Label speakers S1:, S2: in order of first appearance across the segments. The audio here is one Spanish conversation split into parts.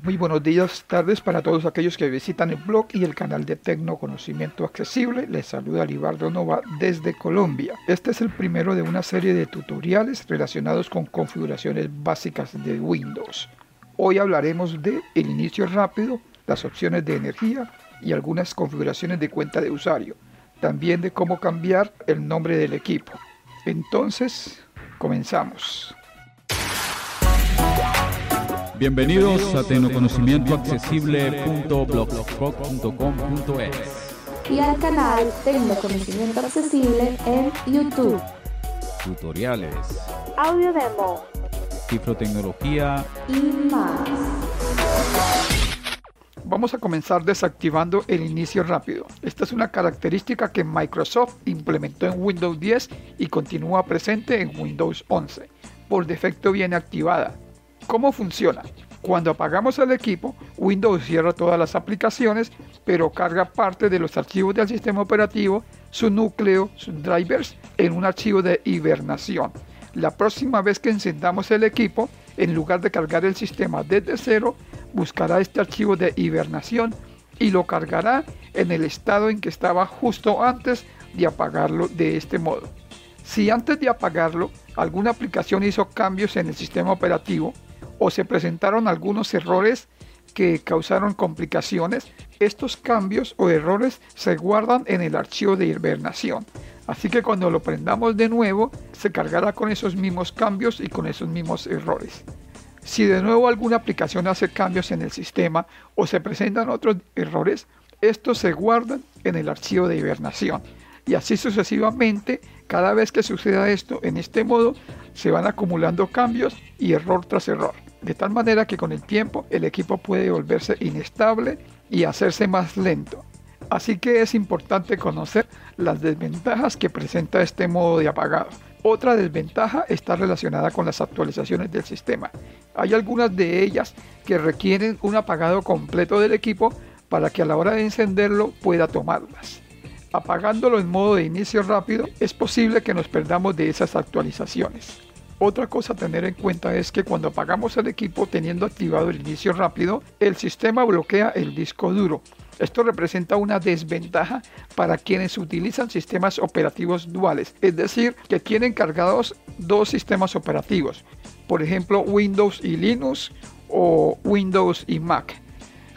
S1: Muy buenos días, tardes para todos aquellos que visitan el blog y el canal de Tecnoconocimiento Accesible. Les saluda Libardo Nova desde Colombia. Este es el primero de una serie de tutoriales relacionados con configuraciones básicas de Windows. Hoy hablaremos de el inicio rápido, las opciones de energía y algunas configuraciones de cuenta de usuario. También de cómo cambiar el nombre del equipo. Entonces, comenzamos.
S2: Bienvenidos a tecnoconocimientoaccesible.blogspot.com.es
S3: y al canal Tecnoconocimiento Accesible en YouTube.
S2: Tutoriales,
S3: Audio Demo
S2: cifrotecnología,
S3: y más.
S1: Vamos a comenzar desactivando el inicio rápido. Esta es una característica que Microsoft implementó en Windows 10 y continúa presente en Windows 11. Por defecto viene activada. ¿Cómo funciona? Cuando apagamos el equipo, Windows cierra todas las aplicaciones, pero carga parte de los archivos del sistema operativo, su núcleo, sus drivers, en un archivo de hibernación. La próxima vez que encendamos el equipo, en lugar de cargar el sistema desde cero, buscará este archivo de hibernación y lo cargará en el estado en que estaba justo antes de apagarlo de este modo. Si antes de apagarlo alguna aplicación hizo cambios en el sistema operativo o se presentaron algunos errores que causaron complicaciones, estos cambios o errores se guardan en el archivo de hibernación. Así que cuando lo prendamos de nuevo, se cargará con esos mismos cambios y con esos mismos errores. Si de nuevo alguna aplicación hace cambios en el sistema o se presentan otros errores, estos se guardan en el archivo de hibernación. Y así sucesivamente, cada vez que suceda esto en este modo, se van acumulando cambios y error tras error. De tal manera que con el tiempo el equipo puede volverse inestable y hacerse más lento. Así que es importante conocer las desventajas que presenta este modo de apagado. Otra desventaja está relacionada con las actualizaciones del sistema. Hay algunas de ellas que requieren un apagado completo del equipo para que a la hora de encenderlo pueda tomarlas. Apagándolo en modo de inicio rápido es posible que nos perdamos de esas actualizaciones. Otra cosa a tener en cuenta es que cuando apagamos el equipo teniendo activado el inicio rápido, el sistema bloquea el disco duro. Esto representa una desventaja para quienes utilizan sistemas operativos duales, es decir, que tienen cargados dos sistemas operativos, por ejemplo Windows y Linux o Windows y Mac.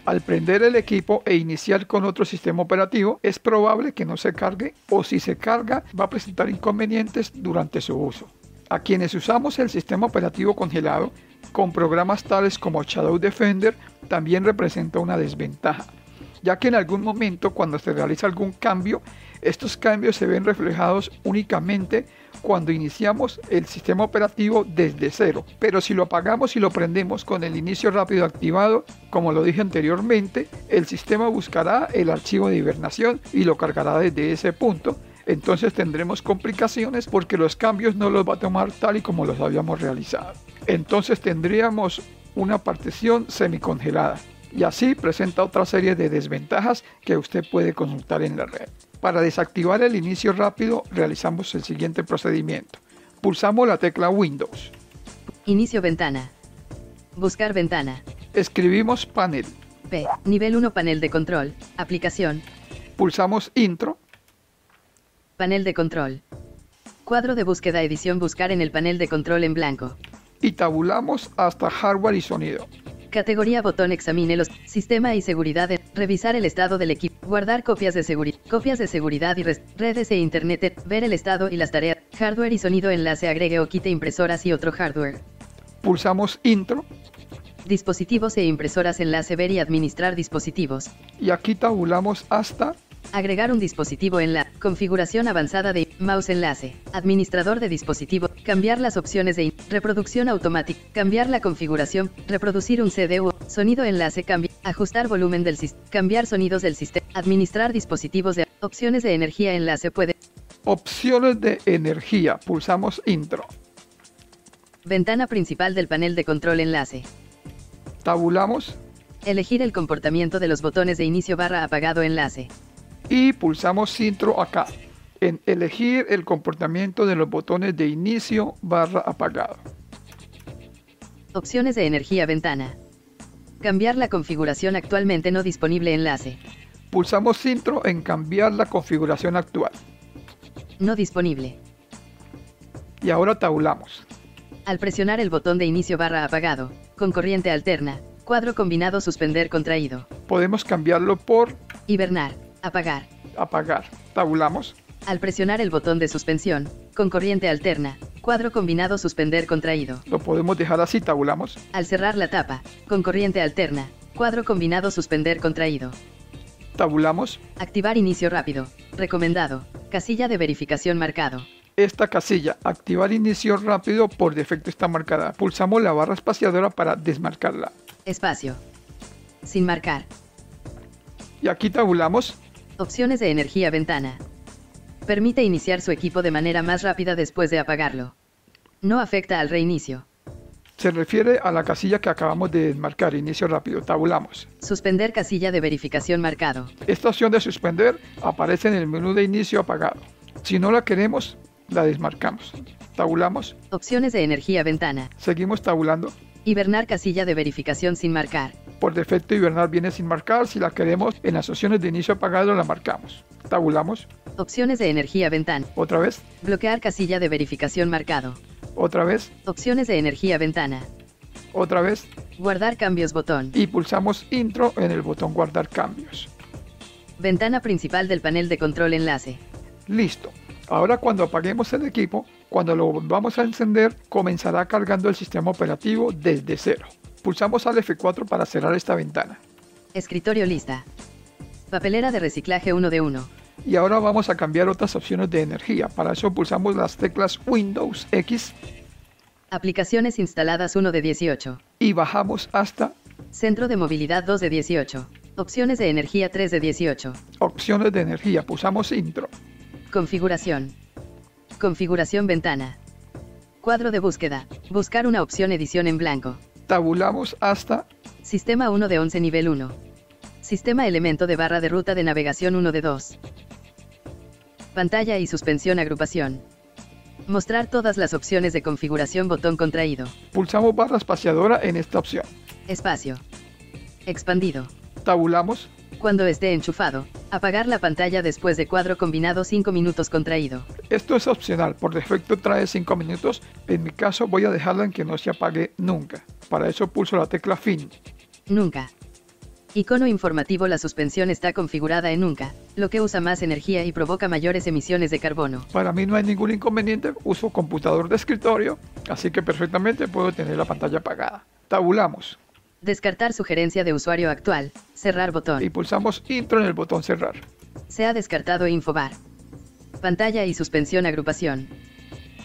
S1: Al prender el equipo e iniciar con otro sistema operativo, es probable que no se cargue o si se carga va a presentar inconvenientes durante su uso. A quienes usamos el sistema operativo congelado con programas tales como Shadow Defender también representa una desventaja, ya que en algún momento cuando se realiza algún cambio, estos cambios se ven reflejados únicamente cuando iniciamos el sistema operativo desde cero. Pero si lo apagamos y lo prendemos con el inicio rápido activado, como lo dije anteriormente, el sistema buscará el archivo de hibernación y lo cargará desde ese punto. Entonces tendremos complicaciones porque los cambios no los va a tomar tal y como los habíamos realizado. Entonces tendríamos una partición semicongelada y así presenta otra serie de desventajas que usted puede consultar en la red. Para desactivar el inicio rápido realizamos el siguiente procedimiento. Pulsamos la tecla Windows,
S4: Inicio ventana. Buscar ventana.
S1: escribimos panel,
S4: P. Nivel 1 panel de control. Aplicación.
S1: pulsamos intro,
S4: Panel de control. Cuadro de búsqueda edición buscar en el panel de control en blanco.
S1: y tabulamos hasta hardware y sonido.
S4: Categoría botón examine los sistema y seguridad. de- revisar el estado del equipo. Guardar copias de seguridad. Copias de seguridad y res- redes e internet. eh, Ver el estado y las tareas. Hardware y sonido enlace agregue o quite impresoras y otro hardware.
S1: Pulsamos intro
S4: Dispositivos e impresoras enlace ver y administrar dispositivos.
S1: y aquí tabulamos hasta
S4: Agregar un dispositivo en la configuración avanzada de mouse enlace, administrador de dispositivo, cambiar las opciones de reproducción automática, cambiar la configuración, reproducir un CDU, sonido enlace cambio, ajustar volumen del sistema, cambiar sonidos del sistema, administrar dispositivos de opciones de energía enlace puede,
S1: opciones de energía. Pulsamos intro,
S4: ventana principal del panel de control enlace,
S1: tabulamos
S4: elegir el comportamiento de los botones de inicio barra apagado enlace,
S1: y pulsamos intro acá en elegir el comportamiento de los botones de inicio barra apagado.
S4: opciones de energía ventana. Cambiar la configuración actualmente no disponible enlace.
S1: Pulsamos Cintro en cambiar la configuración actual
S4: No disponible.
S1: y ahora tabulamos.
S4: Al presionar el botón de inicio barra apagado, con corriente alterna, cuadro combinado suspender contraído,
S1: Podemos cambiarlo por
S4: hibernar, apagar.
S1: apagar. Tabulamos.
S4: Al presionar el botón de suspensión, con corriente alterna, cuadro combinado suspender contraído.
S1: Lo podemos dejar así, tabulamos.
S4: Al cerrar la tapa, con corriente alterna, cuadro combinado suspender contraído.
S1: Tabulamos.
S4: Activar inicio rápido, recomendado, casilla de verificación marcado.
S1: Esta casilla, activar inicio rápido, por defecto está marcada. Pulsamos la barra espaciadora para desmarcarla.
S4: Espacio. Sin marcar.
S1: Y aquí tabulamos.
S4: Opciones de energía ventana. Permite iniciar su equipo de manera más rápida después de apagarlo. No afecta al reinicio.
S1: Se refiere a la casilla que acabamos de desmarcar, inicio rápido, tabulamos.
S4: Suspender casilla de verificación marcado.
S1: Esta opción de suspender aparece en el menú de inicio apagado. Si no la queremos, la desmarcamos. Tabulamos,
S4: Opciones de energía ventana.
S1: seguimos tabulando.
S4: Hibernar casilla de verificación sin marcar.
S1: Por defecto hibernar viene sin marcar, si la queremos en las opciones de inicio apagado la marcamos. Tabulamos,
S4: Opciones de energía ventana.
S1: otra vez,
S4: Bloquear casilla de verificación marcado.
S1: otra vez,
S4: Opciones de energía ventana.
S1: otra vez
S4: Guardar cambios botón.
S1: y pulsamos intro en el botón guardar cambios.
S4: Ventana principal del panel de control enlace.
S1: Listo. Ahora cuando apaguemos el equipo, cuando lo volvamos a encender, comenzará cargando el sistema operativo desde cero. Pulsamos al F4 para cerrar esta ventana.
S4: Escritorio lista. Papelera de reciclaje 1 de 1.
S1: Y ahora vamos a cambiar otras opciones de energía. Para eso pulsamos las teclas Windows X
S4: Aplicaciones instaladas 1 de 18.
S1: y bajamos hasta
S4: Centro de movilidad 2 de 18. Opciones de energía 3 de 18.
S1: opciones de energía. Pulsamos intro.
S4: Configuración. Configuración ventana. Cuadro de búsqueda. Buscar una opción edición en blanco.
S1: Tabulamos hasta
S4: Sistema 1 de 11 nivel 1. Sistema elemento de barra de ruta de navegación 1 de 2. Pantalla y suspensión agrupación. Mostrar todas las opciones de configuración botón contraído.
S1: pulsamos barra espaciadora en esta opción.
S4: Espacio. Expandido.
S1: Tabulamos,
S4: Cuando esté enchufado, apagar la pantalla después de cuadro combinado 5 minutos contraído.
S1: esto es opcional, por defecto trae 5 minutos, en mi caso voy a dejarla en que no se apague nunca. Para eso pulso la tecla fin.
S4: Nunca. Icono informativo La suspensión está configurada en nunca, lo que usa más energía y provoca mayores emisiones de carbono.
S1: Para mí no hay ningún inconveniente, uso computador de escritorio, así que perfectamente puedo tener la pantalla apagada. Tabulamos
S4: Descartar sugerencia de usuario actual. Cerrar
S1: y
S4: botón.
S1: pulsamos intro en el botón cerrar.
S4: Se ha descartado Infobar. Pantalla y suspensión agrupación.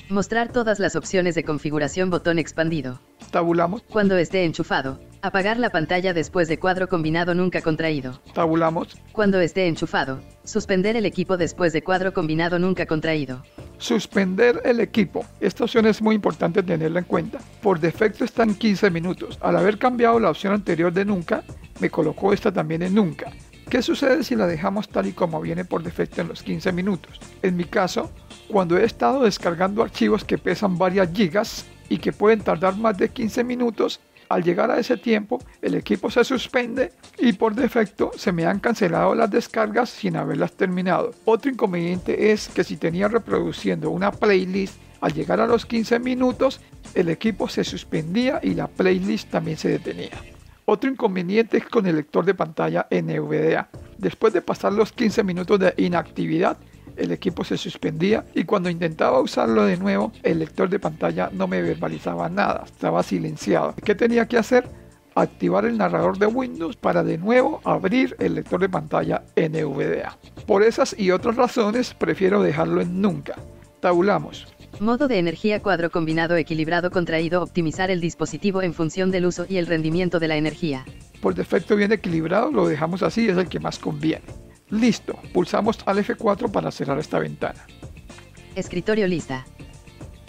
S4: Mostrar todas las opciones de configuración botón expandido.
S1: Tabulamos,
S4: Cuando esté enchufado, apagar la pantalla después de cuadro combinado nunca contraído.
S1: tabulamos,
S4: Cuando esté enchufado, suspender el equipo después de cuadro combinado nunca contraído.
S1: suspender el equipo. Esta opción es muy importante tenerla en cuenta. Por defecto está en 15 minutos. Al haber cambiado la opción anterior de nunca, me colocó esta también en nunca. ¿Qué sucede si la dejamos tal y como viene por defecto en los 15 minutos? En mi caso, cuando he estado descargando archivos que pesan varias gigas y que pueden tardar más de 15 minutos, al llegar a ese tiempo, el equipo se suspende y por defecto se me han cancelado las descargas sin haberlas terminado. Otro inconveniente es que si tenía reproduciendo una playlist, al llegar a los 15 minutos, el equipo se suspendía y la playlist también se detenía. Otro inconveniente es con el lector de pantalla NVDA. Después de pasar los 15 minutos de inactividad, el equipo se suspendía y cuando intentaba usarlo de nuevo, el lector de pantalla no me verbalizaba nada, estaba silenciado. ¿Qué tenía que hacer? Activar el narrador de Windows para de nuevo abrir el lector de pantalla NVDA. Por esas y otras razones prefiero dejarlo en nunca. Tabulamos.
S4: Modo de energía cuadro combinado equilibrado contraído optimizar el dispositivo en función del uso y el rendimiento de la energía.
S1: Por defecto bien equilibrado, lo dejamos así, es el que más conviene. Listo, pulsamos al F4 para cerrar esta ventana.
S4: Escritorio lista.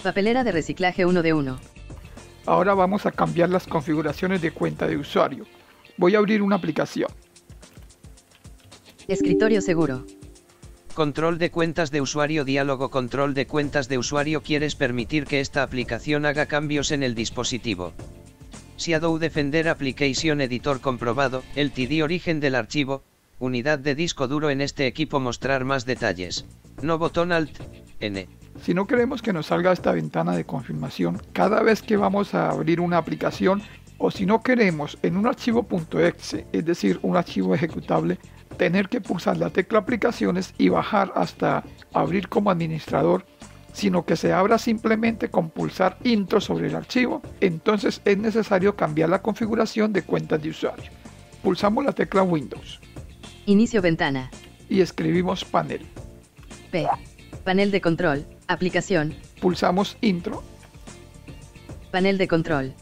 S4: Papelera de reciclaje 1 de 1.
S1: Ahora vamos a cambiar las configuraciones de cuenta de usuario. Voy a abrir una aplicación.
S4: Escritorio seguro.
S5: Control de cuentas de usuario Diálogo Control de cuentas de usuario ¿Quieres permitir que esta aplicación haga cambios en el dispositivo? Shadow Defender Application Editor comprobado, el TD origen del archivo, unidad de disco duro en este equipo mostrar más detalles. No botón Alt, N.
S1: Si no queremos que nos salga esta ventana de confirmación cada vez que vamos a abrir una aplicación o si no queremos en un archivo .exe, es decir, un archivo ejecutable, tener que pulsar la tecla aplicaciones y bajar hasta abrir como administrador, sino que se abra simplemente con pulsar intro sobre el archivo, entonces es necesario cambiar la configuración de cuentas de usuario. Pulsamos la tecla Windows
S4: Inicio ventana.
S1: y escribimos panel.
S4: P. Panel de control. Aplicación.
S1: Pulsamos intro
S4: Panel de control.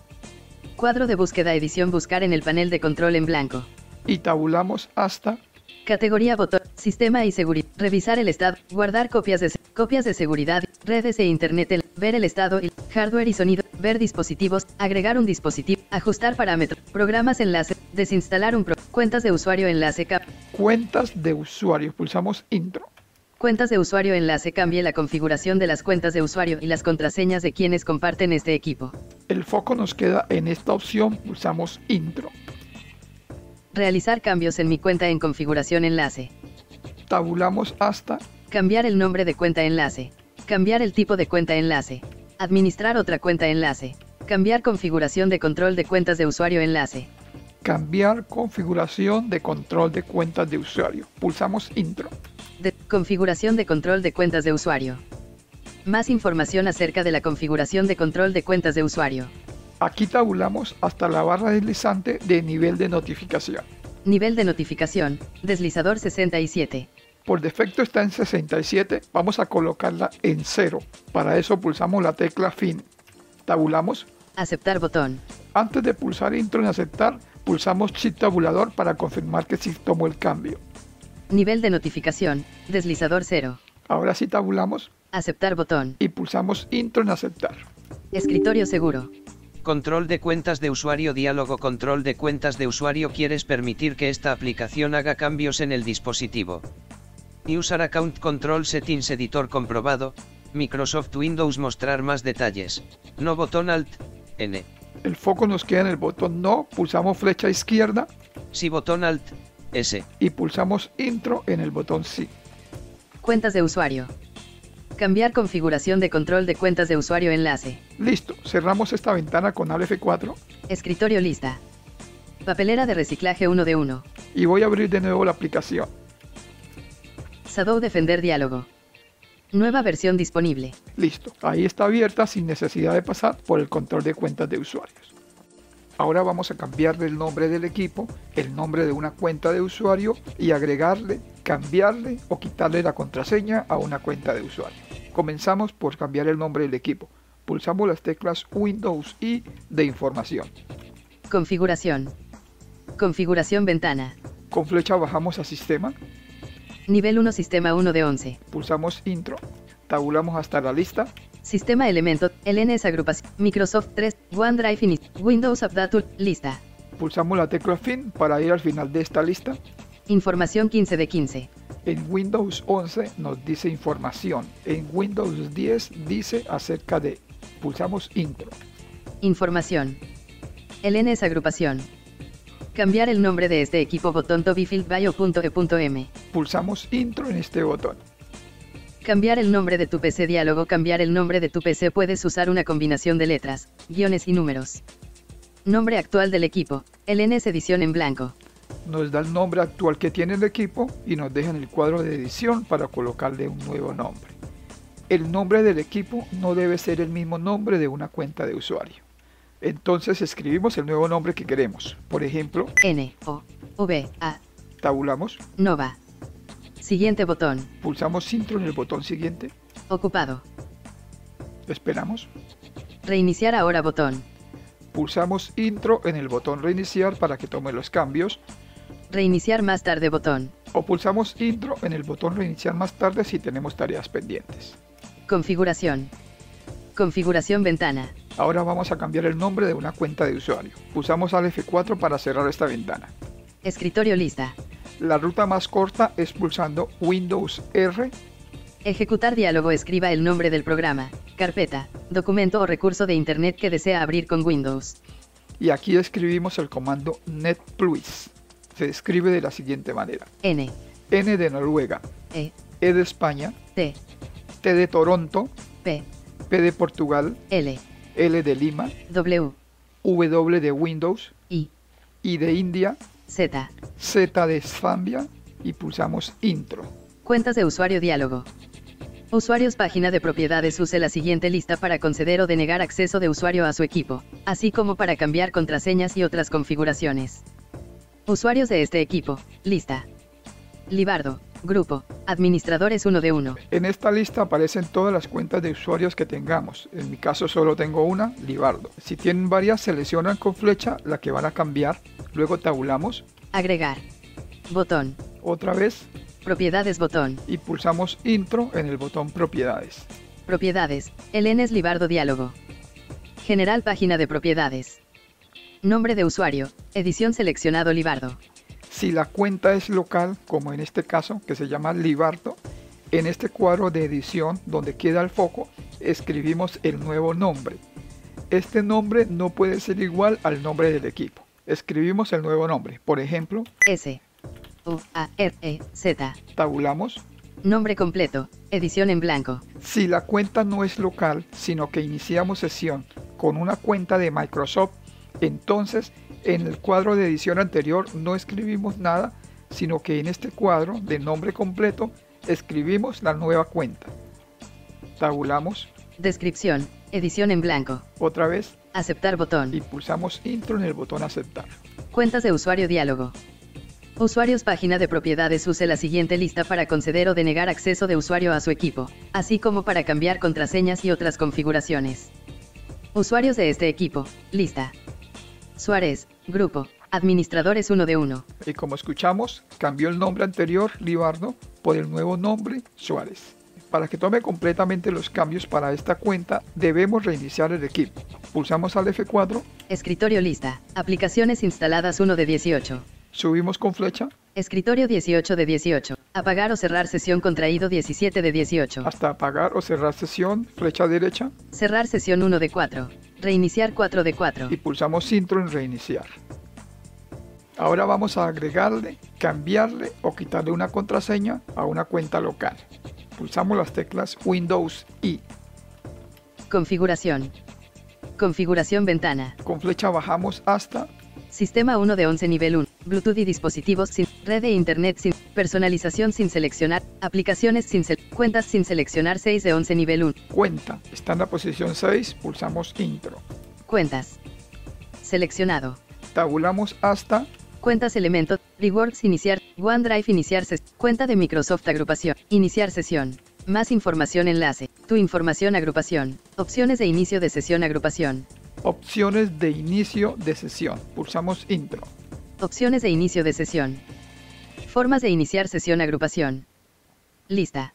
S4: Cuadro de búsqueda edición buscar en el panel de control en blanco.
S1: y tabulamos hasta
S4: Categoría botón. Sistema y seguridad. Revisar el estado. Guardar copias de, se- copias de seguridad. Redes e internet. el- ver el estado. y hardware y sonido. Ver dispositivos. Agregar un dispositivo. Ajustar parámetros. Programas enlace. Desinstalar un pro. Cuentas de usuario enlace. Cap.
S1: cuentas de usuario. Pulsamos intro
S4: Cuentas de usuario enlace. Cambie la configuración de las cuentas de usuario y las contraseñas de quienes comparten este equipo.
S1: El foco nos queda en esta opción. Pulsamos intro
S4: Realizar cambios en mi cuenta en configuración enlace.
S1: Tabulamos hasta
S4: Cambiar el nombre de cuenta enlace. Cambiar el tipo de cuenta enlace. Administrar otra cuenta enlace. Cambiar configuración de control de cuentas de usuario enlace.
S1: cambiar configuración de control de cuentas de usuario. Pulsamos intro.
S4: De configuración de control de cuentas de usuario. Más información acerca de la configuración de control de cuentas de usuario.
S1: Aquí tabulamos hasta la barra deslizante de nivel de notificación.
S4: Nivel de notificación, deslizador 67.
S1: Por defecto está en 67, vamos a colocarla en 0. Para eso pulsamos la tecla fin. Tabulamos.
S4: Aceptar botón.
S1: Antes de pulsar intro en aceptar, pulsamos shift tabulador para confirmar que sí tomó el cambio.
S4: Nivel de notificación, deslizador 0.
S1: Ahora sí tabulamos
S4: Aceptar botón.
S1: y pulsamos intro en aceptar.
S4: Escritorio seguro.
S5: Control de cuentas de usuario Diálogo control de cuentas de usuario ¿Quieres permitir que esta aplicación haga cambios en el dispositivo? User Account Control Settings Editor comprobado, Microsoft Windows mostrar más detalles. No botón Alt, N.
S1: El foco nos queda en el botón no, pulsamos flecha izquierda
S5: Si botón Alt, S.
S1: y pulsamos intro en el botón sí.
S4: Cuentas de usuario. Cambiar configuración de control de cuentas de usuario enlace.
S1: Listo, cerramos esta ventana con Alt F4
S4: Escritorio lista. Papelera de reciclaje 1 de 1.
S1: y voy a abrir de nuevo la aplicación.
S4: Shadow Defender diálogo. Nueva versión disponible.
S1: Listo, ahí está abierta sin necesidad de pasar por el control de cuentas de usuarios. Ahora vamos a cambiarle el nombre del equipo, el nombre de una cuenta de usuario y agregarle, cambiarle o quitarle la contraseña a una cuenta de usuario. Comenzamos por cambiar el nombre del equipo. Pulsamos las teclas Windows y de información.
S4: Configuración. Configuración ventana.
S1: Con flecha bajamos a sistema,
S4: Nivel 1 sistema 1 de 11.
S1: pulsamos intro, tabulamos hasta la lista,
S4: Sistema elemento. LN es agrupación. Microsoft 3. OneDrive Init. Windows Update Tool. Lista.
S1: pulsamos la tecla fin para ir al final de esta lista.
S4: Información 15 de 15.
S1: En Windows 11 nos dice información. En Windows 10 dice acerca de. Pulsamos intro.
S4: Información. LN es agrupación. Cambiar el nombre de este equipo botón e tobifieldbio.e.m.
S1: Pulsamos intro en este botón.
S4: Cambiar el nombre de tu PC diálogo. Cambiar el nombre de tu PC puedes usar una combinación de letras, guiones y números. Nombre actual del equipo. LN es edición en blanco.
S1: Nos da el nombre actual que tiene el equipo y nos deja en el cuadro de edición para colocarle un nuevo nombre. El nombre del equipo no debe ser el mismo nombre de una cuenta de usuario. Entonces escribimos el nuevo nombre que queremos. Por ejemplo,
S4: N O V A
S1: tabulamos,
S4: Nova. Siguiente botón.
S1: pulsamos intro en el botón siguiente,
S4: Ocupado.
S1: esperamos,
S4: Reiniciar ahora botón.
S1: pulsamos intro en el botón reiniciar para que tome los cambios
S4: Reiniciar más tarde botón.
S1: o pulsamos intro en el botón reiniciar más tarde si tenemos tareas pendientes.
S4: Configuración. Configuración ventana.
S1: Ahora vamos a cambiar el nombre de una cuenta de usuario. Pulsamos al F4 para cerrar esta ventana.
S4: Escritorio lista.
S1: La ruta más corta es pulsando Windows R,
S4: Ejecutar diálogo escriba el nombre del programa, carpeta, documento o recurso de Internet que desea abrir con Windows.
S1: y aquí escribimos el comando netplus. Se escribe de la siguiente manera.
S4: N,
S1: N de Noruega,
S4: E,
S1: E de España,
S4: T,
S1: T de Toronto,
S4: P,
S1: P de Portugal,
S4: L,
S1: L de Lima,
S4: W,
S1: W de Windows,
S4: I,
S1: I de India,
S4: Z.
S1: Z de Zambia y pulsamos intro.
S4: Cuentas de usuario diálogo. Usuarios página de propiedades use la siguiente lista para conceder o denegar acceso de usuario a su equipo, así como para cambiar contraseñas y otras configuraciones. Usuarios de este equipo, lista. Libardo, grupo, administradores 1 de 1,
S1: En esta lista aparecen todas las cuentas de usuarios que tengamos. En mi caso solo tengo una, Libardo. Si tienen varias, seleccionan con flecha la que van a cambiar, luego tabulamos
S4: agregar. Botón,
S1: otra vez
S4: propiedades botón,
S1: y pulsamos intro en el botón propiedades.
S4: propiedades, LNS Libardo diálogo. General página de propiedades. Nombre de usuario, edición seleccionado Libardo.
S1: Si la cuenta es local, como en este caso, que se llama Libardo, en este cuadro de edición donde queda el foco, escribimos el nuevo nombre. Este nombre no puede ser igual al nombre del equipo. Escribimos el nuevo nombre. Por ejemplo,
S4: S. U A R E Z.
S1: tabulamos.
S4: Nombre completo. Edición en blanco.
S1: Si la cuenta no es local, sino que iniciamos sesión con una cuenta de Microsoft, entonces en el cuadro de edición anterior no escribimos nada, sino que en este cuadro de nombre completo escribimos la nueva cuenta. Tabulamos
S4: Descripción. Edición en blanco.
S1: otra vez
S4: Aceptar
S1: y
S4: botón.
S1: pulsamos intro en el botón aceptar.
S4: Cuentas de usuario diálogo. Usuarios página de propiedades use la siguiente lista para conceder o denegar acceso de usuario a su equipo, así como para cambiar contraseñas y otras configuraciones. Usuarios de este equipo. Lista. Suárez. Grupo. Administradores 1 de 1.
S1: Y como escuchamos, cambió el nombre anterior, Libardo, por el nuevo nombre, Suárez. Para que tome completamente los cambios para esta cuenta, debemos reiniciar el equipo. Pulsamos al F4,
S4: Escritorio lista. Aplicaciones instaladas 1 de 18.
S1: subimos con flecha
S4: Escritorio 18 de 18. Apagar o cerrar sesión contraído 17 de 18.
S1: hasta apagar o cerrar sesión, flecha derecha,
S4: Cerrar sesión 1 de 4. Reiniciar 4 de 4.
S1: y pulsamos intro en reiniciar. Ahora vamos a agregarle, cambiarle o quitarle una contraseña a una cuenta local. Pulsamos las teclas Windows y
S4: Configuración. Configuración ventana.
S1: con flecha bajamos hasta
S4: Sistema 1 de 11 nivel 1. Bluetooth y dispositivos sin. Red de internet sin. Personalización sin seleccionar. Aplicaciones sin. sel- Cuentas sin seleccionar 6 de 11 nivel 1.
S1: cuenta. Está en la posición 6, pulsamos intro.
S4: Cuentas. Seleccionado.
S1: Tabulamos hasta
S4: Cuentas elemento. Rewards iniciar. OneDrive iniciar ses- Cuenta de Microsoft agrupación. Iniciar sesión. Más información enlace. Tu información agrupación. Opciones de inicio de sesión agrupación.
S1: opciones de inicio de sesión. Pulsamos intro.
S4: Opciones de inicio de sesión. Formas de iniciar sesión agrupación. Lista.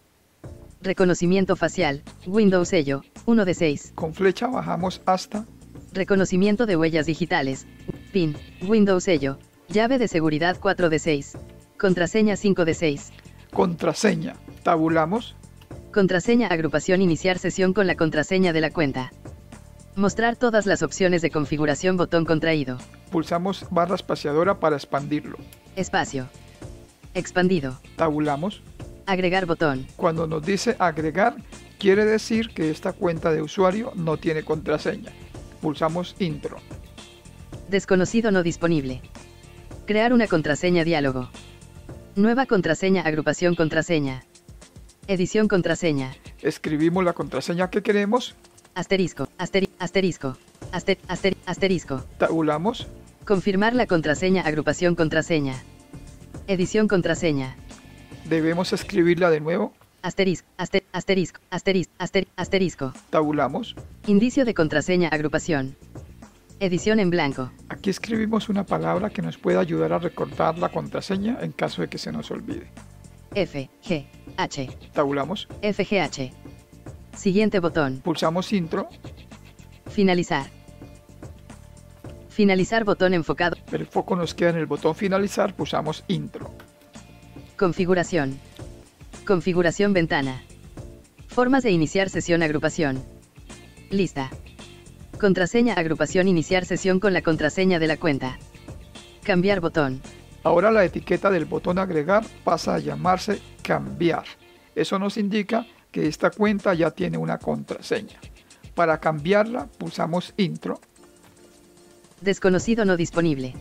S4: Reconocimiento facial. Windows sello. 1 de 6.
S1: Con flecha bajamos hasta
S4: Reconocimiento de huellas digitales. PIN. Windows sello. Llave de seguridad 4 de 6. Contraseña 5 de 6.
S1: contraseña. Tabulamos
S4: Contraseña agrupación iniciar sesión con la contraseña de la cuenta. Mostrar todas las opciones de configuración botón contraído.
S1: Pulsamos barra espaciadora para expandirlo.
S4: Espacio. Expandido.
S1: Tabulamos.
S4: Agregar botón.
S1: Cuando nos dice agregar, quiere decir que esta cuenta de usuario no tiene contraseña. Pulsamos intro.
S4: Desconocido no disponible. Crear una contraseña diálogo. Nueva contraseña agrupación contraseña. Edición contraseña.
S1: Escribimos la contraseña que queremos,
S4: Asterisco. Asteri asterisco. Aster aster asterisco.
S1: tabulamos,
S4: Confirmar la contraseña agrupación contraseña. Edición contraseña.
S1: debemos escribirla de nuevo,
S4: Asterisco, aster- asterisco, asterisco, aster- asterisco.
S1: tabulamos.
S4: Indicio de contraseña agrupación. Edición en blanco.
S1: Aquí escribimos una palabra que nos puede ayudar a recordar la contraseña en caso de que se nos olvide.
S4: F, G, H,
S1: Tabulamos,
S4: F, G, H. Siguiente botón.
S1: pulsamos intro,
S4: Finalizar. Finalizar botón enfocado.
S1: el foco nos queda en el botón finalizar, pulsamos intro.
S4: Configuración. Configuración ventana. Formas de iniciar sesión agrupación. Lista. Contraseña agrupación iniciar sesión con la contraseña de la cuenta. Cambiar botón.
S1: Ahora la etiqueta del botón agregar pasa a llamarse cambiar. Eso nos indica que esta cuenta ya tiene una contraseña. Para cambiarla pulsamos intro.
S4: Desconocido no disponible.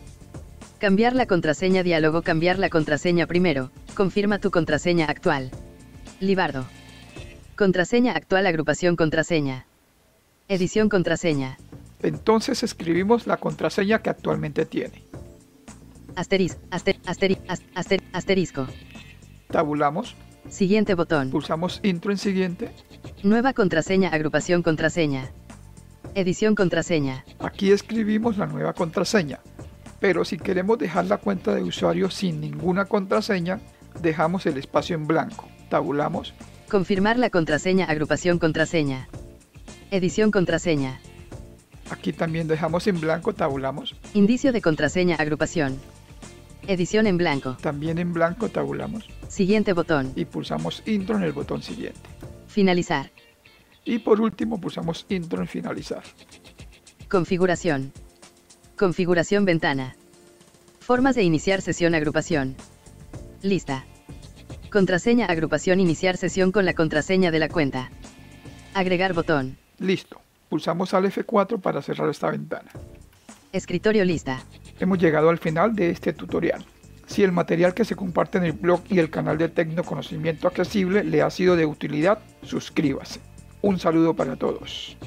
S4: Cambiar la contraseña diálogo cambiar la contraseña primero. Confirma tu contraseña actual. Libardo. Contraseña actual agrupación contraseña. Edición contraseña.
S1: Entonces escribimos la contraseña que actualmente tiene.
S4: Asteris, aster, asteri- as- aster- asterisco.
S1: Tabulamos,
S4: Siguiente botón.
S1: pulsamos intro en siguiente.
S4: Nueva contraseña agrupación contraseña. Edición contraseña.
S1: Aquí escribimos la nueva contraseña. Pero si queremos dejar la cuenta de usuario sin ninguna contraseña, dejamos el espacio en blanco. Tabulamos,
S4: Confirmar la contraseña agrupación contraseña. Edición contraseña.
S1: aquí también dejamos en blanco, tabulamos,
S4: Indicio de contraseña agrupación. Edición en blanco.
S1: también en blanco, tabulamos
S4: Siguiente botón.
S1: y pulsamos intro en el botón siguiente.
S4: Finalizar.
S1: Y por último pulsamos intro en finalizar.
S4: Configuración. Configuración ventana. Formas de iniciar sesión agrupación. Lista. Contraseña agrupación iniciar sesión con la contraseña de la cuenta. Agregar botón.
S1: Listo. Pulsamos al F4 para cerrar esta ventana.
S4: Escritorio lista.
S1: Hemos llegado al final de este tutorial. Si el material que se comparte en el blog y el canal de Tecnoconocimiento Accesible le ha sido de utilidad, suscríbase. Un saludo para todos.